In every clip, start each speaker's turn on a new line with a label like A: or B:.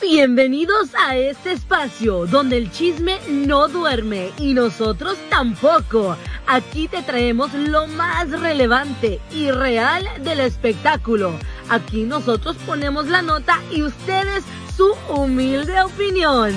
A: Bienvenidos a este espacio donde el chisme no duerme y nosotros tampoco. Aquí te traemos lo más relevante y real del espectáculo. Aquí nosotros ponemos la nota y ustedes su humilde opinión.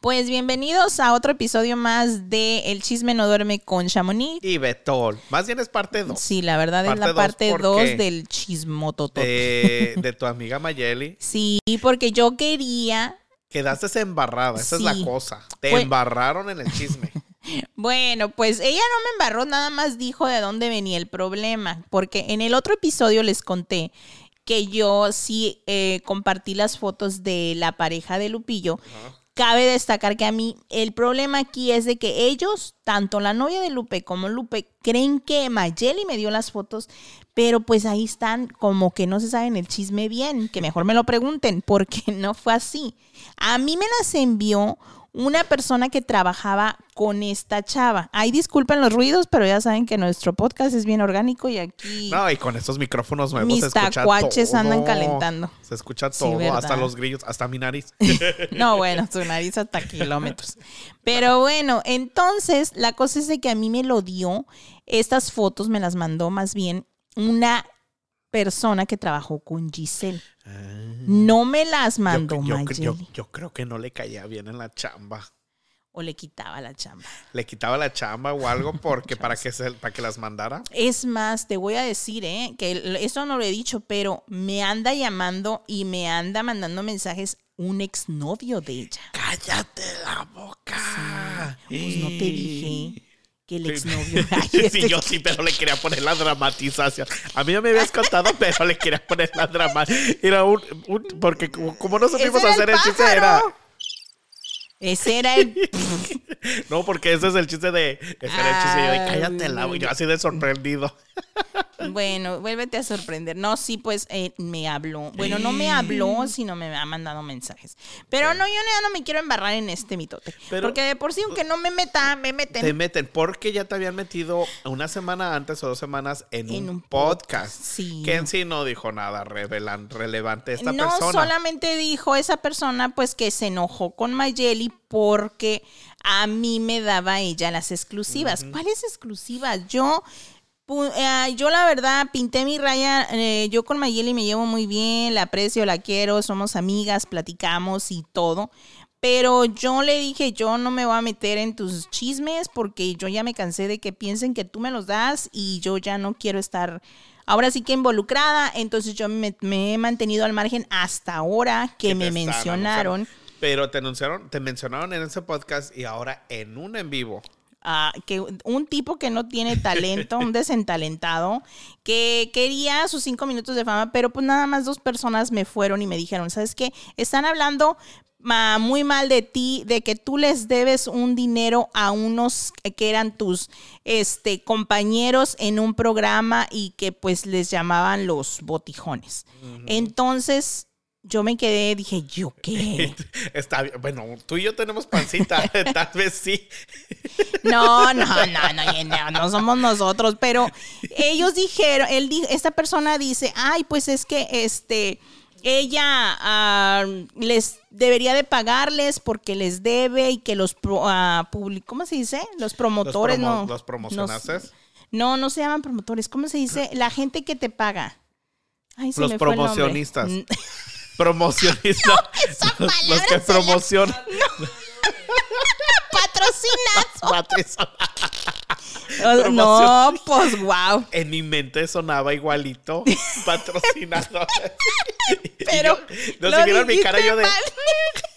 B: Pues bienvenidos a otro episodio más de El chisme no duerme con Chamonix.
C: Y Betol. Más bien es parte 2.
B: Sí, la verdad
C: Parte
B: es la
C: dos,
B: parte
C: ¿por
B: 2
C: qué? Eh.
B: del chismototot.
C: De, de tu amiga Mayeli.
B: Sí, porque yo quería,
C: Quedaste embarrada. Esa es
B: Sí.
C: la cosa. Te
B: Fue-
C: embarraron en el chisme.
B: bueno, pues ella no me embarró, nada más dijo de dónde venía el problema, porque en el otro episodio les conté que yo sí eh, compartí las fotos de la pareja de Lupillo. Cabe destacar que a mí el problema aquí es de que ellos, tanto la novia de Lupe como Lupe, creen que Mayeli me dio las fotos, pero pues ahí están como que no se saben el chisme bien, que mejor me lo pregunten, porque no fue así. A mí me las envió una persona que trabajaba con esta chava. Ahí disculpen los ruidos, pero ya saben que nuestro podcast es bien orgánico y aquí...
C: No, y con estos micrófonos nuevos
B: Mis
C: se escucha
B: tacuaches
C: todo.
B: andan calentando.
C: Se escucha
B: Sí,
C: todo.
B: ¿verdad?
C: hasta los grillos, hasta mi nariz.
B: No, bueno, su nariz hasta kilómetros. Pero bueno, entonces la cosa es de que a mí me lo dio, estas fotos me las mandó más bien una persona que trabajó con Giselle. No me las
C: Ah, Mm. Yo,
B: mandó
C: yo-
B: Mayeli.
C: yo- yo creo que no le caía bien en la chamba.
B: O le quitaba la chamba.
C: Le quitaba la chamba o algo porque para que se, para que las mandara.
B: Es más, te voy a decir, ¿eh? que el- eso no lo he dicho, pero me anda llamando y me anda mandando mensajes un exnovio de ella.
C: ¡Cállate la boca!
B: Pues no te dije que el exnovio... Ay, este
C: Sí, yo sí, pero le quería poner la dramatización. A mí ya me habías contado, pero le quería poner la dramatización. Era un, un- Porque como, como no supimos
B: era
C: hacer
B: el
C: el, chiste, era.
B: pájaro. Ese era el
C: No, porque ese es el chiste de. Ese era el chiste. Yo
B: Ah.
C: de cállate la boca", Yo así de sorprendido.
B: Bueno, vuélvete a sorprender. No, sí, pues eh, me habló. Bueno, no me habló, sino me ha mandado mensajes. Pero no, yo ya no me quiero embarrar en este mitote.
C: Pero-
B: porque de por sí, aunque no me meta, me meten.
C: Te meten porque ya te habían metido una semana antes o dos semanas en,
B: En
C: un,
B: un
C: podcast.
B: sí.
C: Que en sí no dijo nada revelan, relevante esta
B: no
C: persona.
B: solamente dijo esa persona, pues que se enojó con Mayeli porque a mí me daba ella las exclusivas. ¿Cuáles exclusivas? Yo, pu- eh, yo la verdad pinté mi raya. eh, yo con Mayeli me llevo muy bien, la aprecio, la quiero, somos amigas, platicamos y todo. Pero yo le dije, yo no me voy a meter en tus chismes porque yo ya me cansé de que piensen que tú me los das y yo ya no quiero estar ahora sí que involucrada. Entonces yo me, me he mantenido al margen hasta ahora que,
C: que
B: me
C: te están
B: mencionaron
C: anunciando. Pero te anunciaron, te mencionaron en ese podcast y ahora en un en vivo.
B: ah, que un tipo que no tiene talento, un desentalentado, que quería sus cinco minutos de fama, pero pues nada más dos personas me fueron y me dijeron, ¿sabes qué? Están hablando ma- muy mal de ti, de que tú les debes un dinero a unos que eran tus este, compañeros en un programa y que pues les llamaban los botijones. Entonces... Yo me quedé, dije, ¿yo qué?
C: Está bien. Bueno, tú y yo tenemos pancita, tal vez sí.
B: No, no, no, no, y no, no somos nosotros, pero ellos dijeron, él di- esta persona dice, ay, pues es que este ella ah, les debería de pagarles porque les debe y que los pro- ah, publi- ¿cómo se dice? Los promotores no
C: promo- los promocionaste.
B: nos- No, no se llaman promotores, ¿cómo se dice? La gente que te paga. Ay, se
C: Los
B: me fue el nombre.
C: promocionistas.
B: N-
C: Promocionista. los, los que
B: palabra se la-
C: promocionan.
B: Patrocinas.
C: Patricia.
B: Oh, No, pues wow.
C: En mi mente sonaba igualito. Patrocinador. Y
B: Pero
C: yo- no
B: lo
C: si vieron mi
B: dijiste
C: cara yo de.
B: mal.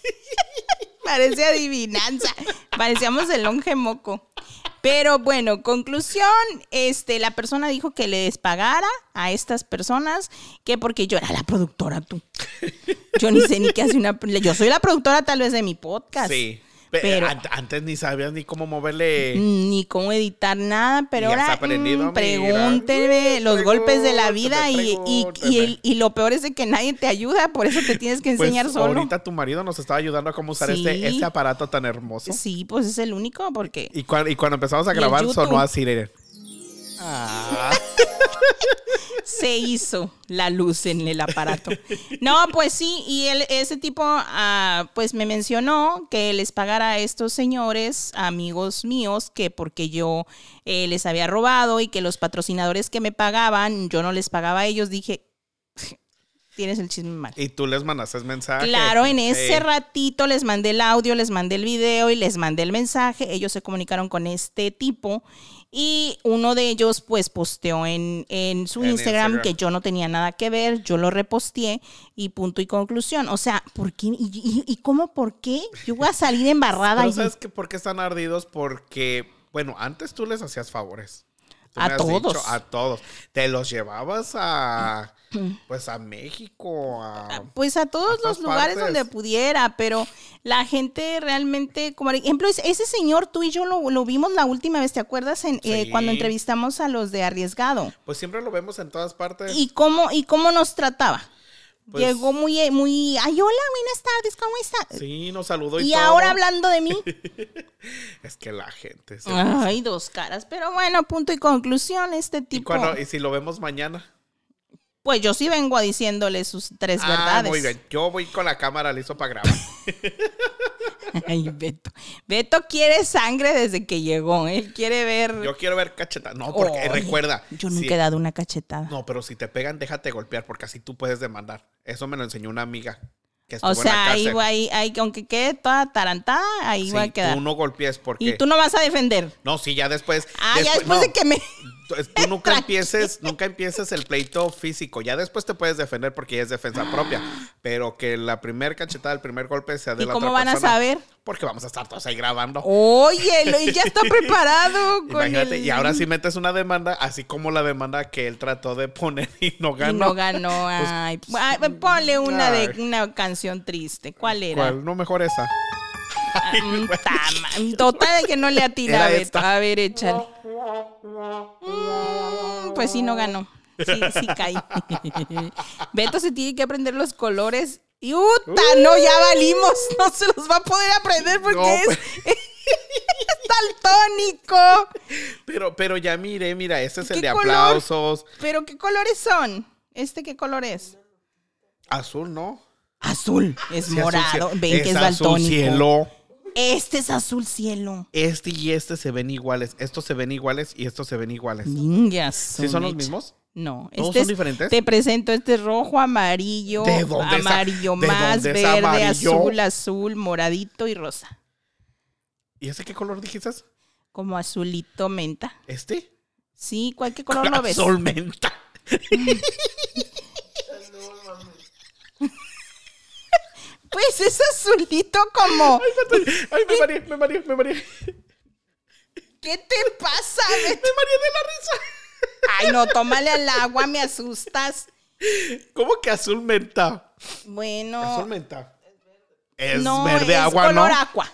B: Parece adivinanza. Parecíamos el longe moco. Pero bueno, conclusión, este, la persona dijo que les pagara a estas personas que porque yo era la productora tú. Yo ni sé ni qué hace una, yo soy la productora tal vez de mi podcast.
C: Sí. Pe-
B: Pero
C: an- antes ni sabías ni cómo moverle.
B: ni cómo editar nada, pero
C: Y has
B: ahora
C: aprendido,
B: mm,
C: mira.
B: pregúnteme
C: Mm,
B: los golpes de la vida
C: pregúntame,
B: y, y, y el- y lo peor es de que nadie te ayuda, por eso te tienes que
C: Pues
B: enseñar solo.
C: ahorita tu marido nos estaba ayudando a cómo usar
B: Sí.
C: este, este aparato tan hermoso.
B: Sí, pues es el único porque
C: Y, cuan- y cuando empezamos
B: Y
C: a
B: en
C: grabar sonó
B: YouTube.
C: así, miren. Ah,
B: se hizo la luz en el aparato. No, pues sí, y él, ese tipo ah, pues me mencionó que les pagara a estos señores, amigos míos, que porque yo eh, les había robado y que los patrocinadores que me pagaban, yo no les pagaba a ellos, dije, tienes el chisme mal.
C: y tú les mandaste mensaje.
B: Claro, en ese
C: Sí.
B: ratito les mandé el audio, les mandé el video y les mandé el mensaje. Ellos se comunicaron con este tipo y uno de ellos pues posteó en, en su
C: En
B: Instagram,
C: Instagram.
B: que yo no tenía nada que ver, yo lo reposteé y punto y conclusión. O sea, ¿por qué? ¿Y, y- y cómo por qué? Yo voy a salir embarrada.
C: Pero
B: allí.
C: ¿sabes qué? por qué están ardidos? Porque, bueno, antes tú les hacías favores. Tú
B: A
C: me has
B: todos.
C: dicho, a todos. Te los llevabas a,
B: Mm.
C: pues a México, a...
B: Pues a
C: a
B: todos
C: todas
B: los lugares
C: partes.
B: donde pudiera, pero la gente realmente, como por ejemplo, es- ese señor, tú y yo lo, lo vimos la última vez, ¿te acuerdas? En, eh,
C: Sí.
B: cuando entrevistamos a los de Arriesgado.
C: Pues siempre lo vemos en todas partes.
B: Pues. ¿Y cómo, y cómo nos trataba?
C: Pues-
B: Llegó muy, eh, muy, ay, hola, buenas tardes, ¿cómo está?
C: Sí, nos saludó y,
B: y
C: todo.
B: ahora hablando de mí.
C: Es que la gente. sí.
B: ay, dos caras. Pero bueno, punto y conclusión, este
C: ¿Y,
B: tipo.
C: cuando, y si lo vemos mañana.
B: Pues yo sí vengo a diciéndole sus tres
C: Ah,
B: verdades.
C: Muy bien. Yo voy con la cámara listo para grabar.
B: Ay, Beto. Beto quiere sangre desde que llegó. ¿eh? Él quiere ver.
C: Yo quiero ver cachetadas. No, porque
B: Ay,
C: recuerda.
B: Yo nunca
C: si-
B: he dado una cachetada.
C: No, pero si te pegan, déjate golpear porque así tú puedes demandar. Eso me lo enseñó una amiga que estuvo
B: o
C: en
B: sea,
C: la
B: ahí,
C: cárcel.
B: va- ahí, ahí, aunque quede toda tarantada, ahí
C: Sí,
B: va a quedar.
C: Tú no golpees porque.
B: Y tú no vas a defender.
C: No, sí, ya después.
B: Ah, ya después
C: no.
B: de que me.
C: Entonces, tú nunca empieces, nunca empieces el pleito físico. Ya después te puedes defender porque ya es defensa propia. Pero que la primer cachetada, el primer golpe sea de
B: ¿Y
C: la
B: cómo
C: otra
B: van a
C: persona.
B: saber?
C: Porque vamos a estar todos ahí grabando.
B: Oye, lo- y ya está preparado. con
C: Imagínate,
B: el-
C: y ahora si metes una demanda, así como la demanda que él trató de poner y no
B: Y
C: ganó. Pues,
B: no ganó. Ay, pues, ay, ponle una de
C: ay.
B: una canción triste. ¿Cuál era?
C: ¿Cuál? No mejor esa.
B: Mm, tama- Total que no le atina
C: Era
B: a Beto.
C: esta.
B: A ver, échale. Mm, pues sí, no ganó. Sí, sí caí. Beto se tiene que aprender los colores. Y uta, no, ya valimos. No se los va a poder aprender porque
C: No,
B: es, es daltónico.
C: Pero, pero ya miré, mira, ese es el
B: ¿Qué
C: de
B: color?
C: aplausos.
B: Pero ¿qué colores son? ¿Este qué color es?
C: Azul, ¿no?
B: Azul. Es
C: Sí, azul
B: morado.
C: cielo.
B: Ven que es
C: azul
B: daltónico.
C: cielo.
B: Este es azul cielo.
C: Este y este se ven iguales. Estos se ven iguales y estos se ven iguales.
B: Ningas.
C: ¿Sí son los mismos?
B: No,
C: ¿Todos
B: este
C: son
B: es-
C: diferentes?
B: Te presento este es rojo, amarillo,
C: ¿De dónde es a-
B: amarillo
C: de
B: más,
C: dónde es
B: verde,
C: amarillo?
B: azul, azul, moradito y rosa.
C: ¿Y ese qué color dijiste?
B: Como azulito menta.
C: ¿Este?
B: Sí, ¿cuál qué color lo ves?
C: Azul menta.
B: Pues es azulito como
C: Ay, me mareé, me mareé, me mareé.
B: ¿Qué te pasa? Beto?
C: Me mareé de la risa.
B: Ay, no, tómale al agua, me asustas.
C: ¿Cómo que azul menta?
B: Bueno,
C: Azul menta. Es
B: no
C: verde
B: es
C: agua,
B: color
C: ¿no?
B: agua.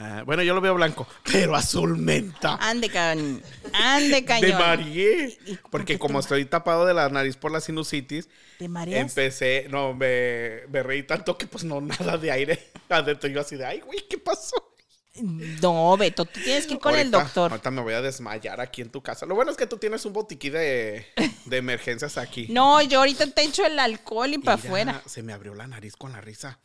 C: Ah, bueno, yo lo veo blanco, pero azul menta.
B: Ande cañón. Ande
C: Me
B: cañón.
C: mareé.
B: ¿Y por qué
C: Porque
B: te
C: como
B: ma-
C: estoy tapado de la nariz por la sinusitis,
B: ¿Te mareas?
C: empecé, no, me, me reí tanto que pues no, nada de aire adentro. Yo así de, ay, güey, ¿qué pasó?
B: No, Beto, tú tienes que ir con el
C: Ahorita-
B: doctor.
C: Ahorita me voy a desmayar aquí en tu casa. Lo bueno es que tú tienes un botiquín de, de emergencias aquí.
B: No, yo ahorita te echo el alcohol y para
C: Mira,
B: afuera.
C: Se me abrió la nariz con la risa.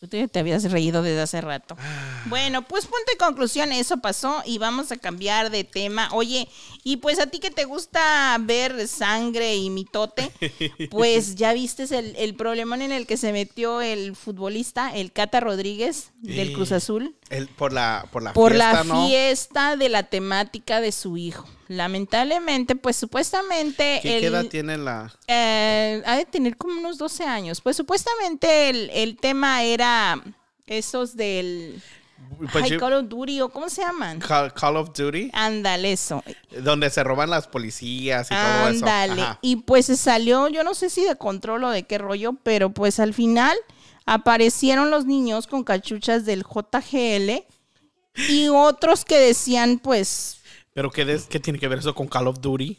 B: Tú te, te habías reído desde hace rato.
C: Ah.
B: Bueno, pues punto y conclusión, eso pasó y vamos a cambiar de tema. Oye, y pues a ti que te gusta ver sangre y mitote, pues ya viste el, el problema en el que se metió el futbolista, el Cata Rodríguez del
C: Sí.
B: Cruz Azul
C: El- por la, por la
B: por
C: fiesta,
B: la
C: ¿no?
B: fiesta de la temática de su hijo. Lamentablemente, pues supuestamente
C: ¿Qué,
B: el-
C: qué edad tiene la...?
B: eh, ha de tener como unos 12 años. Pues supuestamente el, el tema era esos del
C: Pues
B: ay,
C: yo-
B: Call of Duty o cómo se llaman.
C: Call, Call of Duty,
B: Ándale, eso.
C: donde se roban las policías y todo eso.
B: Ándale.
C: Ajá.
B: Y pues se salió, yo no sé si de control o de qué rollo, pero pues al final aparecieron los niños con cachuchas del JGL y otros que decían, pues,
C: Pero qué, des- qué tiene que ver eso con Call of Duty?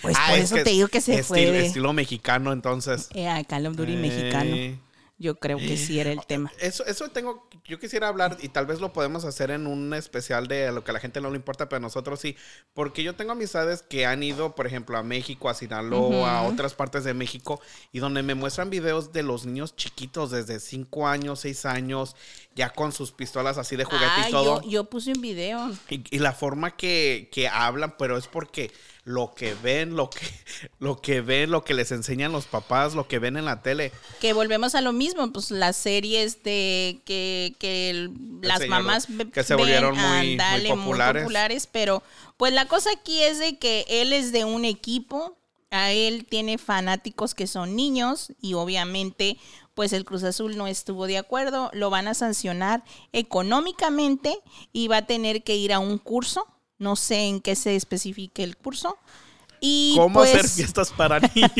B: pues
C: Ah,
B: por
C: es
B: eso
C: que
B: te digo que se
C: esti-
B: fue de-
C: Estilo mexicano, entonces.
B: Eh, a Call of Duty mexicano.
C: Eh,
B: Yo creo que sí era el tema.
C: Eso, eso tengo, yo quisiera hablar y tal vez lo podemos hacer en un especial de lo que a la gente no le importa, pero a nosotros sí, porque yo tengo amistades que han ido, por ejemplo, a México, a Sinaloa, a otras partes de México, y donde me muestran videos de los niños chiquitos desde 5 años, 6 años, ya con sus pistolas así de juguete
B: Ah,
C: y todo.
B: yo, yo puse un video.
C: Y, y la forma que, que hablan, pero es porque lo que ven, lo que, lo que ven, lo que les enseñan los papás, lo que ven en la tele.
B: Que volvemos a lo mismo, pues las series de que, que el- las
C: señor,
B: mamás ve-
C: que se volvieron
B: ven,
C: muy- muy
B: ándale,
C: populares.
B: pero pues la cosa aquí es de que él es de un equipo, a él tiene fanáticos que son niños y obviamente pues el Cruz Azul no estuvo de acuerdo, lo van a sancionar económicamente y va a tener que ir a un curso, no sé en qué se especifique el curso. Y
C: ¿Cómo hacer
B: pues,
C: fiestas para niños?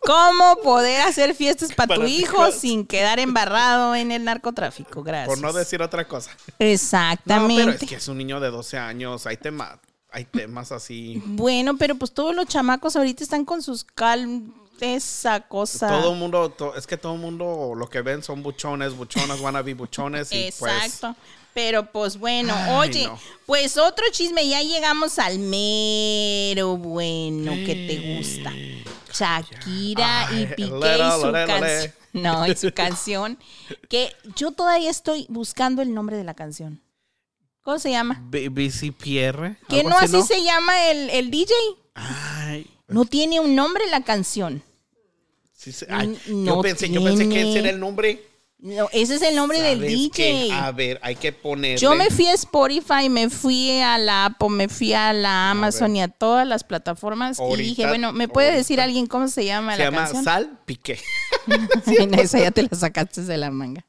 B: ¿Cómo poder hacer fiestas para tu
C: Para ti,
B: hijo
C: claro.
B: sin quedar embarrado en el narcotráfico? Gracias.
C: Por no decir otra cosa. No,
B: Exactamente.
C: pero es que es un niño de 12 años, hay temas, hay temas así.
B: Bueno, pero pues todos los chamacos ahorita están con sus cal... Esa cosa.
C: todo mundo, to- es que todo el mundo lo que ven son buchones, buchonas, wannabe buchones y pues,
B: Exacto. Pero pues bueno,
C: Ay,
B: oye,
C: no.
B: pues otro chisme, ya llegamos al mero bueno que te gusta. Shakira y
C: Ay,
B: Piqué
C: lero,
B: y su
C: lero,
B: canción.
C: lero.
B: No, y su canción. Que yo todavía estoy buscando el nombre de la canción. ¿Cómo se llama?
C: pues... BC Pierre.
B: Que no así se llama el, el DJ.
C: Ay,
B: No tiene un nombre la canción.
C: sí se- ay,
B: No
C: yo, pensé, yo pensé que
B: tiene.
C: ese era el nombre.
B: No, ese es el nombre del
C: ¿Sabes
B: DJ.
C: qué? A ver, hay que ponerle.
B: Yo me fui a Spotify, me fui a la Apple, me fui a la Amazon
C: ver.
B: y a todas las plataformas.
C: Ahorita-
B: y dije, bueno, ¿me puede
C: ahorita.
B: decir alguien cómo se llama
C: Se
B: la
C: llama
B: canción?
C: Sal Piqué.
B: No, Esa ya te la sacaste de la manga.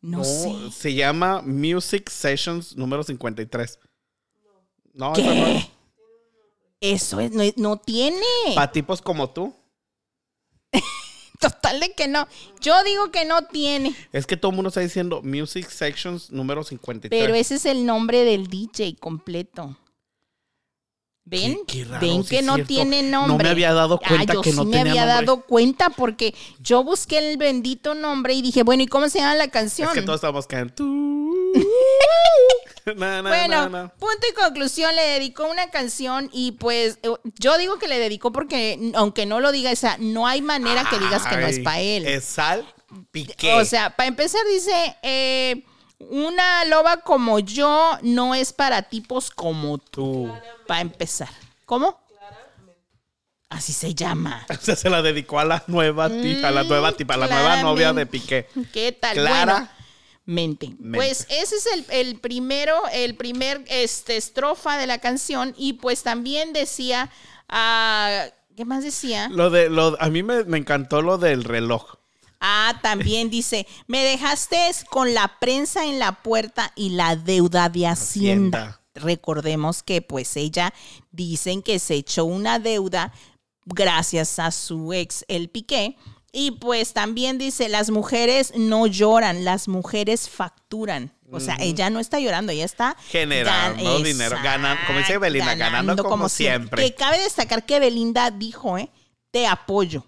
B: No,
C: No,
B: sé.
C: se llama Music Sessions número 53. No, esa no es.
B: ¿Qué? Eso es, no, no tiene.
C: Para tipos como tú.
B: Total de que no. Yo digo que no tiene.
C: Es que todo el mundo está diciendo Music Sections número 53.
B: Pero ese es el nombre del DJ completo. ¿Ven?
C: Qué- qué raro,
B: ¿Ven
C: sí
B: que
C: es
B: no
C: cierto.
B: tiene
C: No me
B: nombre? Ah,
C: había dado cuenta
B: yo
C: que no
B: sí me
C: tenía
B: había
C: nombre.
B: dado cuenta porque yo busqué el bendito nombre y dije, bueno, ¿y cómo se llama la canción?
C: Es que todos estamos cantando. Tú. Na, na,
B: Bueno,
C: na, na.
B: punto y conclusión, le dedicó una canción y pues eh, yo digo que le dedicó porque aunque no lo diga, o sea, no hay manera que digas que no es
C: Ay,
B: para él.
C: Es Sal Piqué.
B: O sea, para empezar dice, eh, una loba como yo no es para tipos como tú.
C: tú.
B: Para empezar. ¿Cómo? Así se llama.
C: O sea, se la dedicó a la nueva tipa, a
B: Mm,
C: la nueva tipa, a la nueva
B: claramente.
C: novia de Piqué.
B: ¿Qué tal?
C: Clara.
B: Mente.
C: Mente.
B: Pues ese es el, el primero, el primer este, estrofa de la canción. Y pues también decía, ah, ¿qué más decía?
C: Lo de, lo, a mí me, me encantó lo del reloj.
B: Ah, también dice, me dejaste con la prensa en la puerta y la deuda de Hacienda.
C: Hacienda.
B: Recordemos que pues ella dicen que se echó una deuda gracias a su ex, el Piqué. Y pues también dice, las mujeres no lloran, las mujeres facturan. O sea, ella no está llorando, ella está
C: Generando
B: gan-
C: dinero, ganan- como dice Belinda, ganando como siempre.
B: Que cabe destacar que Belinda dijo, ¿eh? Te apoyo.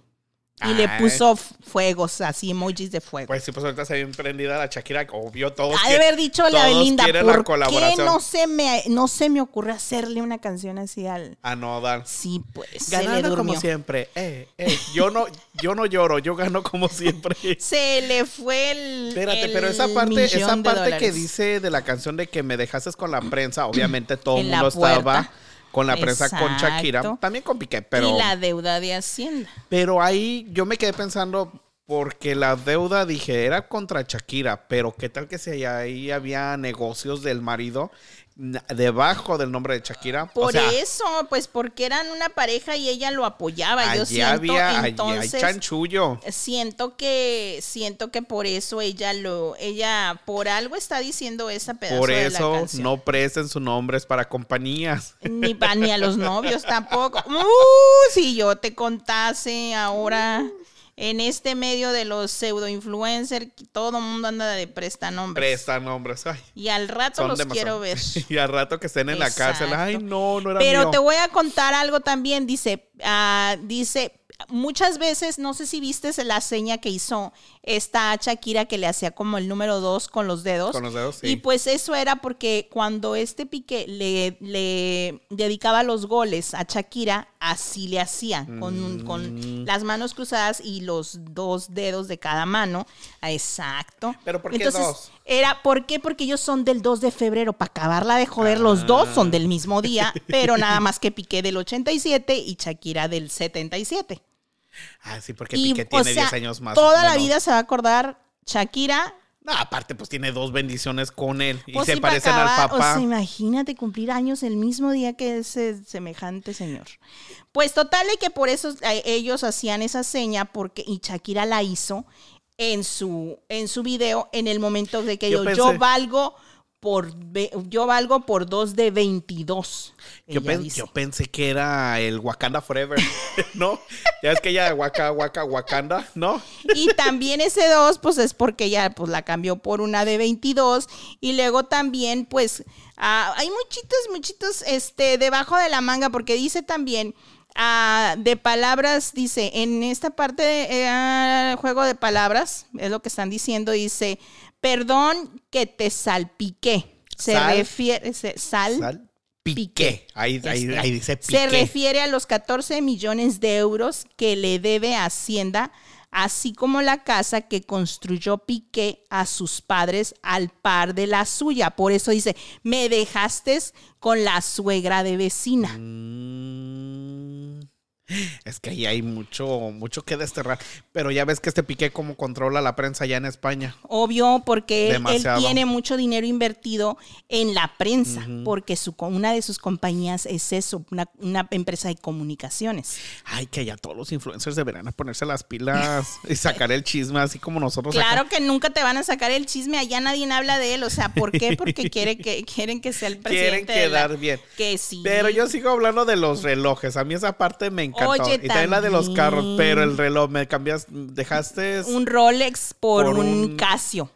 B: Y le
C: Ah.
B: puso f- fuegos, así emojis de fuego.
C: Pues sí, pues ahorita se ve emprendida la Shakira, obvio, todos.
B: ha de
C: quieren-
B: haber dicho la
C: todos
B: Belinda,
C: quieren la
B: ¿por qué
C: colaboración.
B: no se, me, no se me ocurre hacerle una canción así al...
C: A Ah, no dar.
B: Sí, pues, se le
C: Ganando
B: durmió.
C: como siempre. Eh, eh. Yo no, yo no lloro, yo gano como siempre.
B: Se le fue el
C: Espérate,
B: el
C: pero esa parte,
B: millón
C: esa
B: de
C: parte que
B: dólares.
C: dice de la canción de que me dejaste con la prensa, obviamente todo el
B: En la
C: mundo estaba
B: puerta.
C: con la prensa con Shakira,
B: Exacto.
C: también con Piqué, pero,
B: Y la deuda de Hacienda.
C: pero ahí yo me quedé pensando porque la deuda dije era contra Shakira, pero qué tal que si ahí- ahí había negocios del marido na- debajo del nombre de Shakira.
B: Por
C: o sea,
B: eso, pues porque eran una pareja y ella lo apoyaba. Yo
C: allí
B: siento,
C: había, allí hay
B: entonces,
C: chanchullo.
B: siento que siento que por eso ella lo ella por algo está diciendo esa pedazo
C: Por
B: de la
C: eso
B: canción.
C: no presten sus nombres para compañías.
B: ni pa- ni a los novios tampoco. Uh, si yo te contase
C: Mm.
B: ahora en este medio de los pseudo influencers, todo el mundo anda de presta nombres.
C: Prestan nombres. Ay.
B: Y al rato
C: Son
B: los quiero
C: demasiado.
B: ver.
C: Y al rato que estén en la cárcel.
B: Exacto.
C: Ay, no, no era
B: Pero
C: mío.
B: te voy a contar algo también. Dice, ah, dice, muchas veces, no sé si viste la seña que hizo esta Shakira que le hacía como el número dos con los dedos.
C: Con los dedos, sí.
B: Y pues eso era porque cuando este pique le, le dedicaba los goles a Shakira, así le hacía, con, un-
C: Mm.
B: con las manos cruzadas y los dos dedos de cada mano. Ah, Exacto.
C: ¿Pero por qué dos?
B: Era, ¿por qué? Porque ellos son del 2 de febrero. Para acabarla de joder,
C: Ah.
B: los dos son del mismo día, pero nada más que Piqué del 87 y Shakira del 77
C: Ah, sí, porque Piqué tiene 10 años más.
B: toda la
C: menos.
B: vida se va a acordar Shakira.
C: No, aparte, pues tiene dos bendiciones con él y
B: pues,
C: se
B: sí, para
C: parecen al
B: acabar,
C: papá.
B: O sea, imagínate cumplir años el mismo día que ese semejante señor. Pues total de que por eso eh, ellos hacían esa seña porque y Shakira la hizo en su en su video en el momento de que
C: Yo
B: yo,
C: pensé-
B: yo valgo por ve- yo valgo por dos de 22. ella
C: Yo, pen-
B: dice.
C: yo pensé que era el Wakanda Forever, ¿no? Ya es que ya Waka, Waka, Wakanda, ¿no?
B: Y también ese 2, pues es porque ya pues, la cambió por una de 22. Y luego también, pues, ah, hay muchitos, muchitos este, debajo de la manga, porque dice también ah, de palabras, dice, en esta parte eh, ah, juego de palabras, es lo que están diciendo, dice, perdón que te salpiqué. Se
C: Sal.
B: refiere, se- sal,
C: Sal- Piqué. Ahí, ahí,
B: este,
C: ahí dice
B: Se
C: Piqué.
B: refiere a los 14 millones de euros que le debe a Hacienda, así como la casa que construyó Piqué a sus padres al par de la suya. Por eso dice, me dejaste con la suegra de vecina.
C: Mm. Es que ahí hay mucho, mucho que desterrar. Pero ya ves que este Piqué como controla la prensa allá en España.
B: Obvio, porque él- él,
C: Demasiado.
B: tiene mucho dinero invertido en la prensa, porque su, co- una de sus compañías es eso, una, una empresa de comunicaciones.
C: Ay, que ya todos los influencers deberán a ponerse las pilas y sacar el chisme así como nosotros. acá.
B: Claro que nunca te van a sacar el chisme, allá nadie habla de él, o sea, ¿por qué? Porque quiere que, quieren que sea el
C: Quieren
B: presidente. de la-
C: quedar bien.
B: Que sí.
C: Pero yo sigo hablando de los relojes. A mí esa parte me encantó.
B: Oye,
C: y también, la de los carros.
B: también.
C: Pero el reloj, me cambias, dejaste.
B: Un Rolex por,
C: Por
B: un,
C: un
B: Casio.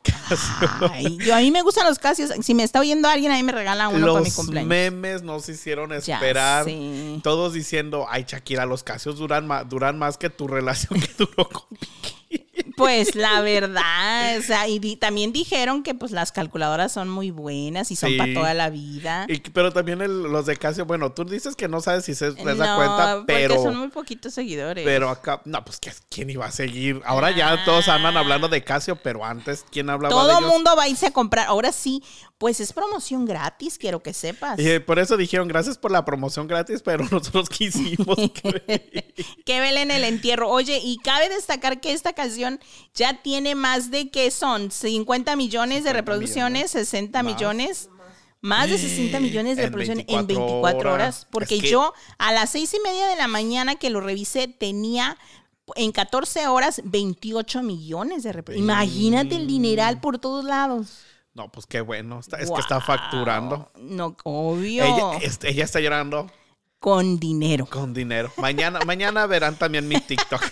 B: Ay, yo, a mí me gustan los Casios. Si me está oyendo alguien, a mí me regala uno para mi
C: los
B: cumpleaños.
C: memes nos hicieron
B: Ya
C: esperar.
B: sé.
C: Todos diciendo, ay, Shakira, los casios duran más, duran más que tu relación que duró con
B: Pues la verdad, o sea, y di- también dijeron que pues las calculadoras son muy buenas y son
C: Sí.
B: para toda la vida.
C: Y- pero también el- los de Casio, bueno, tú dices que no sabes si se les da
B: No,
C: cuenta, pero,
B: porque son muy poquitos seguidores.
C: pero acá, no, pues ¿qué- ¿quién iba a seguir? Ahora ya todos andan hablando de Casio, pero antes, ¿quién hablaba de
B: Ah. Todo
C: ellos?
B: mundo va a irse a comprar. Ahora sí, pues es promoción gratis, quiero que sepas.
C: Y eh, por eso dijeron, gracias por la promoción gratis, pero nosotros quisimos. que-
B: Que velen el entierro. Oye, y cabe destacar que esta canción ya tiene más de que son 50 millones de
C: 50
B: reproducciones, 60
C: Más.
B: millones. Más de 60 millones de
C: En
B: reproducciones
C: 24
B: en 24 horas.
C: horas.
B: Porque
C: Es que-
B: yo a las seis y media de la mañana que lo revisé tenía en 14 horas 28 millones de reproducciones. Imagínate el dineral por todos lados.
C: no, pues qué bueno, está- es que está facturando.
B: Wow. No, obvio.
C: Ella, este, ella está llorando
B: Con dinero.
C: con dinero. Mañana, mañana verán también mi TikTok.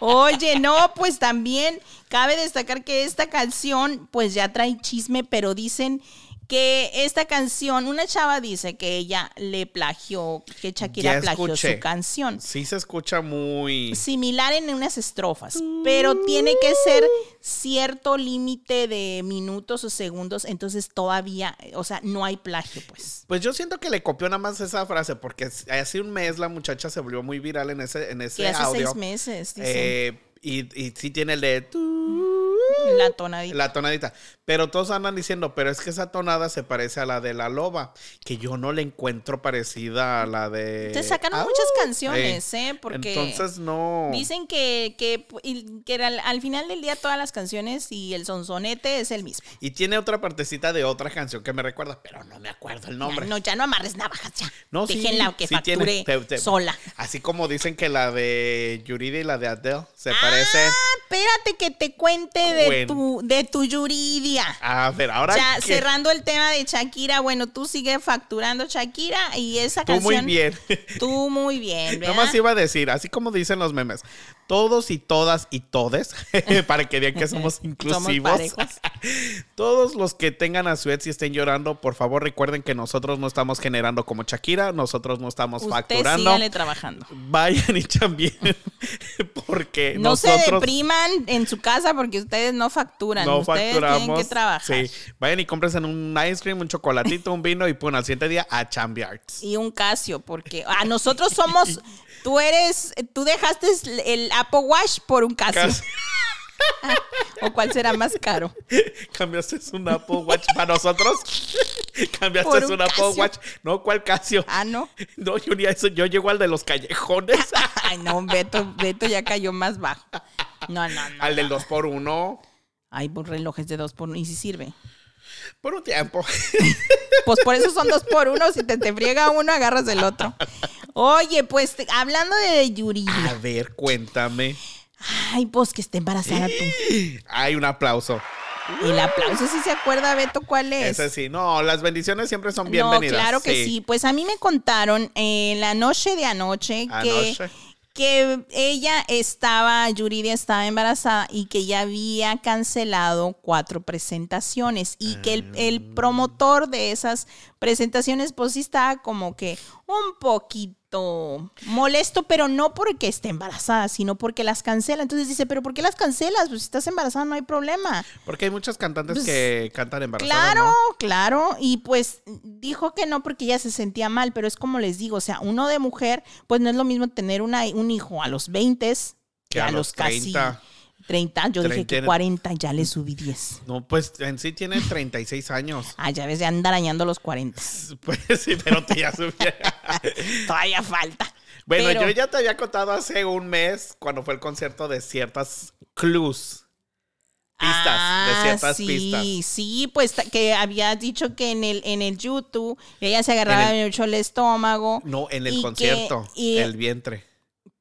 B: Oye, no, pues también cabe destacar que esta canción, pues ya trae chisme, pero dicen que esta canción, una chava dice que ella le plagió, que Shakira
C: Ya
B: plagió
C: escuché.
B: su canción.
C: Sí se escucha muy...
B: Similar en unas estrofas, pero tiene que ser cierto límite de minutos o segundos, entonces todavía, o sea, no hay plagio, pues.
C: Pues yo siento que le copió nada más esa frase, porque hace un mes la muchacha se volvió muy viral en ese, en ese
B: Que hace
C: audio.
B: seis meses, dicen,
C: Eh, y, y sí tiene el de tu-
B: la tonadita.
C: la tonadita. Pero todos andan diciendo, pero es que esa tonada se parece a la de la loba, que yo no le encuentro parecida a la de.
B: Te sacaron
C: Ah,
B: muchas canciones, ¿eh? Porque...
C: Entonces no.
B: Dicen que, que, y- que al, al final del día todas las canciones y el sonsonete es el mismo.
C: Y tiene otra partecita de otra canción que me recuerda, pero no me acuerdo el nombre.
B: Ya, no, ya no amarres navajas, ya.
C: No, sí,
B: Déjenla que
C: sí
B: facture
C: tiene, te- te-
B: sola.
C: Así como dicen que la de Yurida y la de Adele se
B: Ah,
C: parecen.
B: espérate que te cuente de
C: Bueno.
B: tu, de tu Yuridia.
C: A ver, ahora.
B: Ya,
C: que-
B: cerrando el tema de Shakira, bueno, tú sigue facturando Shakira y esa
C: Tú
B: canción.
C: muy bien.
B: Tú muy bien,
C: Nada
B: ¿verdad?
C: más iba a decir, así como dicen los memes, todos y todas y todes, para que vean que somos inclusivos.
B: parejos.
C: todos los que tengan a su ex y estén llorando, por favor recuerden que nosotros no estamos generando como Shakira, nosotros no estamos
B: Usted
C: facturando.
B: sígale trabajando.
C: Vayan y también, porque
B: No se
C: nosotros
B: depriman en su casa porque ustedes no facturan.
C: no
B: ustedes
C: facturamos.
B: tienen que trabajar.
C: Sí, vayan y cómprense un ice cream, un chocolatito, un vino y pum, al siguiente día a chambear.
B: Y un Casio, porque a nosotros somos. Tú eres. Tú dejaste el Apple Watch por un Casio.
C: Casi
B: ¿O cuál será más caro?
C: cambiaste un Apple Watch para nosotros. cambiaste
B: Por
C: un,
B: un
C: Apple
B: Casio.
C: Watch. No, ¿cuál Casio?
B: Ah, no.
C: No, yo ni a eso. Yo llego al de los callejones,
B: Ay, no, Beto, Beto ya cayó más bajo. No, no, no.
C: al del 2x1.
B: Hay por relojes de dos por uno. Y si sirve.
C: Por un tiempo.
B: Pues por eso son dos por uno. Si te, te friega uno, agarras el otro. Oye, pues te- hablando de Yuri.
C: A ver, cuéntame.
B: Ay, pues que está embarazada tú.
C: Hay un aplauso.
B: El aplauso, si se acuerda, Beto, cuál es.
C: Ese sí. No, las bendiciones siempre son
B: No,
C: bienvenidas.
B: claro que sí. Pues a mí me contaron eh, la noche de anoche que,
C: Anoche.
B: que ella estaba, Yuridia estaba embarazada y que ya había cancelado cuatro presentaciones y que el, el promotor de esas presentaciones pues sí estaba como que un poquito molesto, pero no porque esté embarazada, sino porque las cancela. Entonces dice, pero ¿por qué las cancelas? Pues si estás embarazada no hay problema.
C: Porque hay muchas cantantes
B: Pues,
C: que cantan embarazadas.
B: Claro,
C: ¿no?
B: claro. Y pues dijo que no porque ella se sentía mal, pero es como les digo, o sea, uno de mujer, pues no es lo mismo tener una, un hijo a los 20 que a, los, casi
C: 30.
B: 30. Yo dije que
C: 30.
B: 40, ya le subí 10.
C: No, pues en sí tiene 36 años.
B: Ah, ya ves, ya anda arañando los 40.
C: Pues sí, pero tú ya supieras.
B: Todavía falta.
C: Bueno,
B: Pero-
C: yo ya te había contado hace un mes cuando fue el concierto de ciertas clues. Pistas, de ciertas
B: Ah, sí,
C: pistas.
B: Sí, pues ta- que había dicho que en el, en el YouTube ella se agarraba
C: En
B: mucho el estómago.
C: No, en el
B: Y que-
C: concierto,
B: y-
C: el vientre.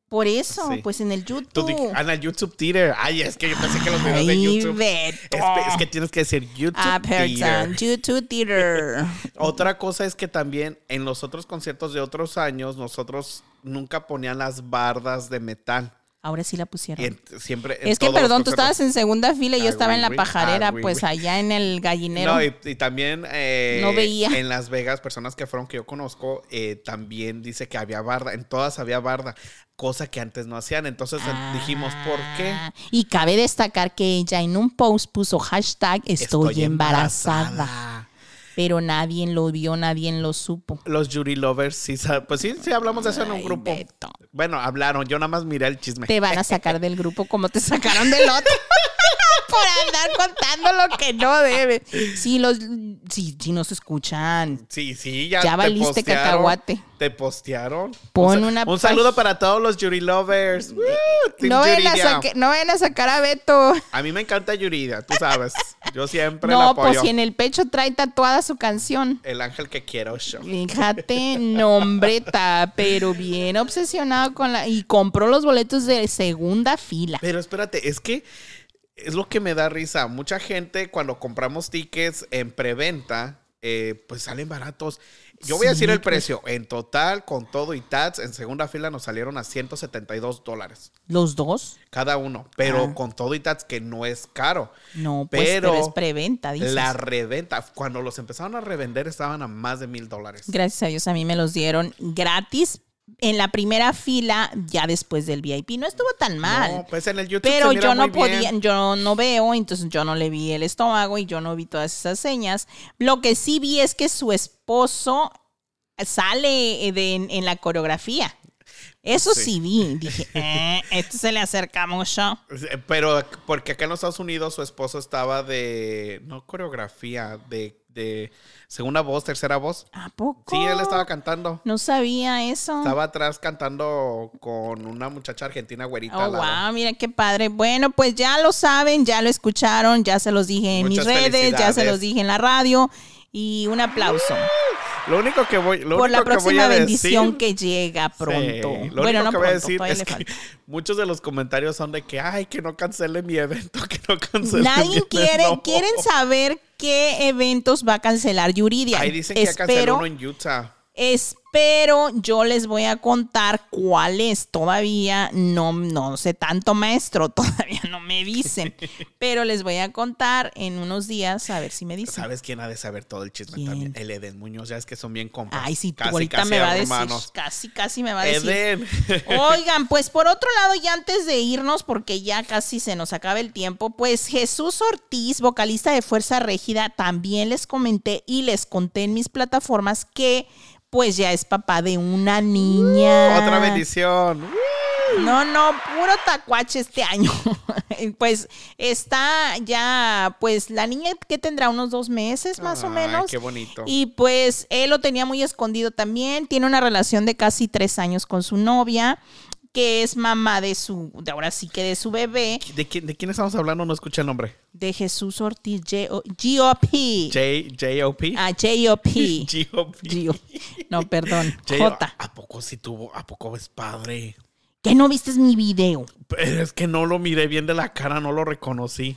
B: Por eso,
C: Sí.
B: pues en el YouTube.
C: Tú dij- Ana, YouTube Theater. Ay, es que yo pensé que los videos de
B: Ay,
C: YouTube.
B: Beto.
C: Es, es que tienes que decir YouTube
B: Ah, perdón.
C: Theater.
B: YouTube Theater.
C: Otra cosa es que también en los otros conciertos de otros años, nosotros nunca ponían las bardas de metal.
B: Ahora sí la pusieron.
C: Y en- siempre. en
B: es que,
C: todos los
B: perdón, tú
C: conciertos.
B: estabas en segunda fila y yo
C: Ah,
B: estaba
C: güey,
B: en la
C: güey.
B: pajarera,
C: Ah, güey,
B: pues
C: güey.
B: allá en el gallinero.
C: No, y, y también eh,
B: No veía.
C: en Las Vegas, personas que fueron que yo conozco, eh, también dice que había barda, en todas había barda, cosa que antes no hacían. Entonces eh,
B: Ah.
C: dijimos, ¿por qué?
B: Y cabe destacar que ella en un post puso hashtag estoy, embarazada.
C: embarazada.
B: pero nadie lo vio, nadie lo supo.
C: Los Jury Lovers, sí, sa- pues sí, sí, hablamos de eso en un
B: Ay,
C: grupo.
B: Beto.
C: Bueno, hablaron, yo nada más miré el chisme.
B: Te van a sacar del grupo como te sacaron del otro. Por andar contando lo que no debe. Sí, los, sí, sí nos escuchan.
C: Sí, sí, ya.
B: Ya
C: te
B: valiste
C: postearon,
B: cacahuate.
C: Te postearon.
B: Pon
C: Un sa-
B: una
C: un
B: pag-
C: saludo para todos los Jury Lovers. Woo, Team
B: No ven, a
C: Yuridia.
B: saque- no ven a sacar a Beto.
C: A mí me encanta Yuridia, tú sabes. Yo siempre la
B: No,
C: apoyo.
B: pues si en el pecho trae tatuada su canción.
C: El ángel que quiero yo.
B: Fíjate, nombreta, pero bien obsesionado con la. Y compró los boletos de segunda fila.
C: Pero espérate, es que es lo que me da risa. Mucha gente cuando compramos tickets en preventa, eh, pues salen baratos. Yo voy a
B: Sí,
C: decir el
B: pues.
C: precio. En total, con todo y tats, en segunda fila nos salieron a 172 dólares
B: ¿Los dos?
C: cada uno. Pero
B: Ah.
C: con todo y tats, que no es caro.
B: No, pues pero,
C: Pero
B: es preventa, dices.
C: La reventa, cuando los empezaron a revender, estaban a más de mil dólares.
B: Gracias a Dios a mí me los dieron gratis en la primera fila, ya después del VIP. No estuvo tan mal.
C: No, pues en el YouTube.
B: Pero
C: se mira
B: yo no
C: muy bien.
B: podía, yo no veo, entonces yo no le vi el estómago y yo no vi todas esas señas. Lo que sí vi es que su esposo sale eh, de- en, en la coreografía. Eso sí,
C: Sí.
B: vi. Dije, "Eh, esto se le acerca mucho.
C: Pero porque acá en los Estados Unidos su esposo estaba de, no coreografía, de, de segunda voz, tercera voz.
B: ¿A poco?
C: Sí, él estaba cantando.
B: No sabía eso.
C: Estaba atrás cantando con una muchacha argentina güerita.
B: Oh,
C: al lado.
B: wow, mira qué padre. Bueno, pues ya lo saben, ya lo escucharon, ya se los dije en
C: Muchas
B: mis redes, ya se
C: felicidades.
B: los dije en la radio. Y un aplauso
C: Lo único que voy, lo
B: por la
C: único que voy
B: próxima
C: a
B: bendición
C: decir-
B: que llega pronto.
C: Sí, Lo
B: bueno,
C: único
B: no
C: que
B: pronto,
C: voy a decir
B: todavía
C: es
B: le
C: que
B: falta.
C: muchos de los comentarios son de que, ay, que no cancele mi evento, que no cancele mi
B: Nadie
C: evento".
B: quiere, quieren saber qué eventos va a cancelar Yuridia.
C: Ahí dicen que ya canceló
B: espero,
C: uno en Utah.
B: es, Pero yo les voy a contar cuáles todavía no, no sé tanto, maestro, todavía no me dicen. Pero les voy a contar en unos días a ver si me dicen.
C: ¿Sabes quién ha de saber todo el chisme
B: ¿Quién?
C: también? El Eden Muñoz, ya es que son bien compas.
B: Ay, sí, tú
C: Casi,
B: ahorita
C: casi
B: me va a
C: hermanos.
B: decir. Casi, casi me va a decir.
C: Eden.
B: Oigan, pues por otro lado, y antes de irnos, porque ya casi se nos acaba el tiempo, pues Jesús Ortiz, vocalista de Fuerza Régida, también les comenté y les conté en mis plataformas que pues ya es papá de una niña.
C: Otra bendición.
B: No, no, puro tacuache este año. pues está ya, pues la niña que tendrá unos dos meses más o
C: Ay,
B: menos.
C: Qué bonito.
B: Y pues él lo tenía muy escondido también. Tiene una relación de casi tres años con su novia, que es mamá de su, de ahora sí que de su bebé,
C: ¿De, quién, ¿De quién estamos hablando? No escuché el nombre.
B: de Jesús Ortiz J.O. GOP.
C: J, J-O-P.
B: Ah, J.O.P.
C: G-O-P.
B: G.O. No, perdón.
C: J-
B: J.
C: ¿A poco sí tuvo? ¿A poco es padre?
B: ¿Qué no viste mi video?
C: Pero es que no lo miré bien de la cara, no lo reconocí.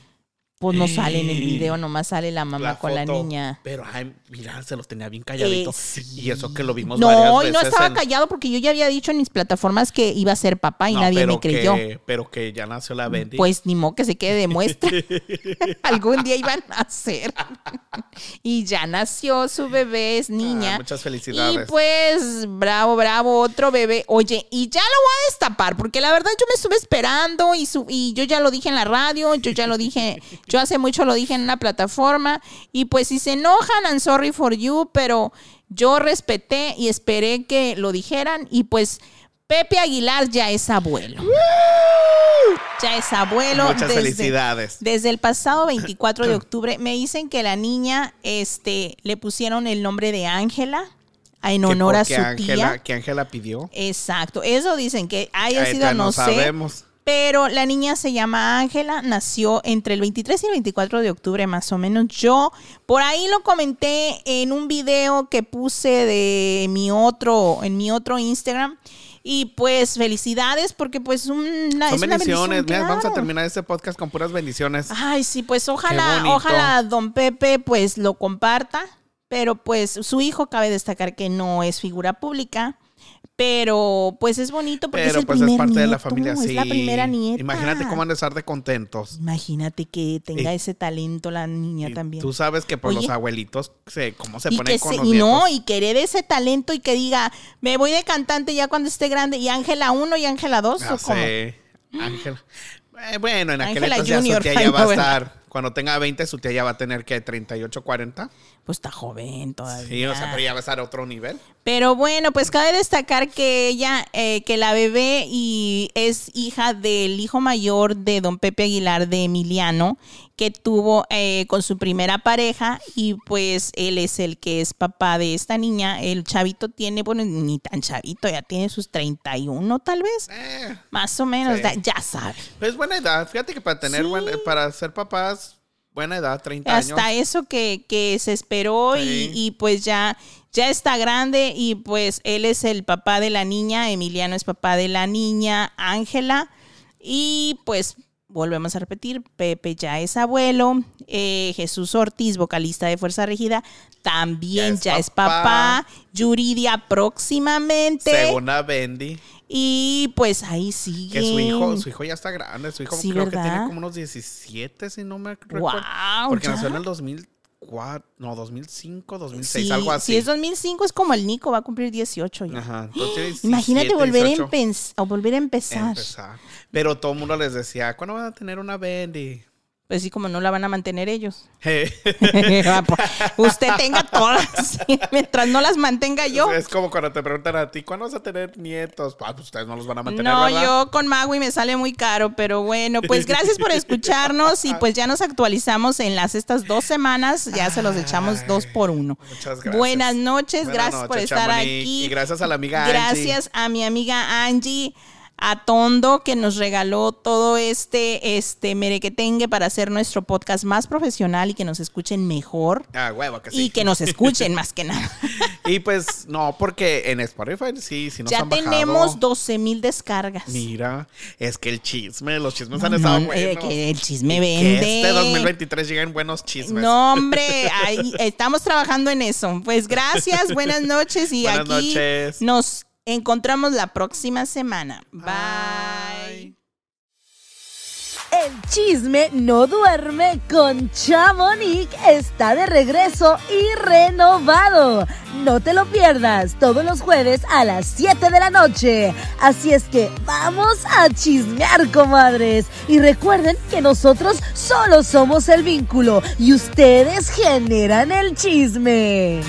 B: Pues no sale en el video, nomás sale la mamá con la
C: foto.
B: niña.
C: Pero, ay, mira, se los tenía bien calladito.
B: Eh, sí.
C: Y eso que lo vimos varias
B: No, y
C: veces.
B: no estaba
C: en-
B: callado porque yo ya había dicho en mis plataformas que iba a ser papá y
C: No,
B: nadie
C: pero
B: me creyó.
C: Que, pero que ya nació la Bendy.
B: Pues ni modo que se quede de muestra. Algún día iban a nacer. y ya nació su bebé, es niña.
C: Ah, muchas
B: y
C: felicidades.
B: pues, bravo, bravo, otro bebé. Oye, y ya lo voy a destapar, porque la verdad yo me estuve esperando y, su- y yo ya lo dije en la radio, yo ya lo dije, yo hace mucho lo dije en una plataforma. Y pues si se enojan, I'm sorry for you, pero yo respeté y esperé que lo dijeran. Y pues Pepe Aguilar ya es abuelo. Ya es abuelo.
C: Muchas
B: desde-
C: felicidades.
B: Desde el pasado 24 de octubre me dicen que la niña este, le pusieron el nombre de Ángela en
C: Que
B: honor a
C: porque
B: su
C: Ángela-
B: tía.
C: Que Ángela pidió.
B: Exacto, eso dicen que haya sido,
C: Ahorita
B: no,
C: no
B: sé.
C: sabemos.
B: Pero la niña se llama Ángela, nació entre el 23 y el 24 de octubre más o menos. Yo por ahí lo comenté en un video que puse de mi otro, en mi otro Instagram. Y pues felicidades porque pues una,
C: Son
B: es una
C: bendiciones.
B: bendición,
C: Mira, vamos a
B: claro.
C: terminar este podcast con puras bendiciones.
B: Ay, sí, pues
C: Qué
B: ojalá,
C: bonito.
B: ojalá don Pepe pues lo comparta, pero pues su hijo cabe destacar que no es figura pública, pero pues es bonito porque es
C: pero
B: el
C: pues es
B: primer
C: parte de la
B: nieto,
C: familia, sí.
B: es la primera nieta.
C: Imagínate cómo han de estar de contentos.
B: Imagínate que tenga
C: Y-
B: ese talento la niña
C: Y
B: también.
C: Tú sabes que por los
B: Oye.
C: abuelitos, se, cómo se
B: y
C: ponen
B: que
C: con
B: se-
C: los
B: y
C: nietos.
B: no, y que herede ese talento y que diga, me voy de cantante ya cuando esté grande, y Ángela 1 y Ángela 2
C: Ya
B: o cómo.
C: sé, Ah, Ángela. Eh, bueno, en aquel
B: Ángela
C: entonces ya
B: Junior,
C: su tía ya va a
B: bueno.
C: estar. Cuando tenga 20, su tía ya va a tener que 38, 40.
B: Pues está joven todavía.
C: Sí, o sea, pero ya va a estar a otro nivel.
B: Pero bueno, pues cabe destacar que ella, eh, que la bebé y es hija del hijo mayor de don Pepe Aguilar de Emiliano, que tuvo eh, con su primera pareja y pues él es el que es papá de esta niña. El chavito tiene, bueno, ni tan chavito, ya tiene sus 31 tal vez,
C: Eh,
B: más o menos,
C: Sí.
B: da- ya sabe.
C: pues buena edad. Fíjate que para tener
B: Sí.
C: buena- para ser papás, buena edad, 30
B: Hasta
C: años.
B: eso que, que se esperó y-
C: Sí.
B: y, pues ya, ya está grande y pues él es el papá de la niña, Emiliano es papá de la niña, Ángela y pues volvemos a repetir, Pepe ya es abuelo, eh, Jesús Ortiz, vocalista de Fuerza Regida, también ya es, papá. Yuridia próximamente
C: Según a Bendy,
B: y pues ahí sigue.
C: que su hijo, su hijo ya está grande. Su hijo
B: Sí,
C: creo que
B: ¿verdad?
C: tiene como unos 17, si no me recuerdo.
B: Guau,
C: Porque
B: ya.
C: nació en el 2004, no, 2005, 2006,
B: Sí,
C: algo así.
B: Si es 2005 es como el Nico, va a cumplir 18 ya.
C: Ajá, entonces,
B: Imagínate
C: 17,
B: volver, a
C: 18.
B: empe- a volver a empezar.
C: Empezar. Pero todo el mundo les decía, ¿cuándo van a tener una Bendy?
B: Pues sí, como no la van a mantener ellos. pues,
C: Eh,
B: Usted tenga todas, mientras no las mantenga yo.
C: Es como cuando te preguntan a ti, ¿cuándo vas a tener nietos? Ah, pues ustedes no los van a mantener,
B: No,
C: ¿verdad?
B: yo con Magui me sale muy caro, pero bueno, pues gracias por escucharnos y pues ya nos actualizamos en las estas dos semanas, ya se los echamos dos por uno.
C: Muchas gracias.
B: Buenas noches,
C: Buenas
B: gracias por
C: noches,
B: estar
C: Chamonix.
B: aquí.
C: Y gracias a la amiga Angie.
B: Gracias a mi amiga Angie. a Tondo que nos regaló todo este, este merequetengue para hacer nuestro podcast más profesional y que nos escuchen mejor.
C: Ah, huevo, que
B: Y
C: sí.
B: que nos escuchen más que nada.
C: Y pues, no, porque en Spotify sí, si nos
B: ya
C: han bajado.
B: tenemos 12 mil descargas.
C: Mira, es que el chisme, los chismes han
B: No,
C: estado
B: no, eh,
C: buenos.
B: que el chisme
C: Que
B: vende.
C: este 2023 lleguen buenos chismes.
B: No, hombre, ahí estamos trabajando en eso. Pues gracias, buenas noches y
C: Buenas
B: aquí
C: noches.
B: nos encontramos la próxima semana. Bye.
C: Bye.
A: El chisme no duerme con Chamonix está de regreso y renovado. No te lo pierdas todos los jueves a las 7 de la noche. Así es que vamos a chismear, comadres. Y recuerden que nosotros solo somos el vínculo y ustedes generan el chisme.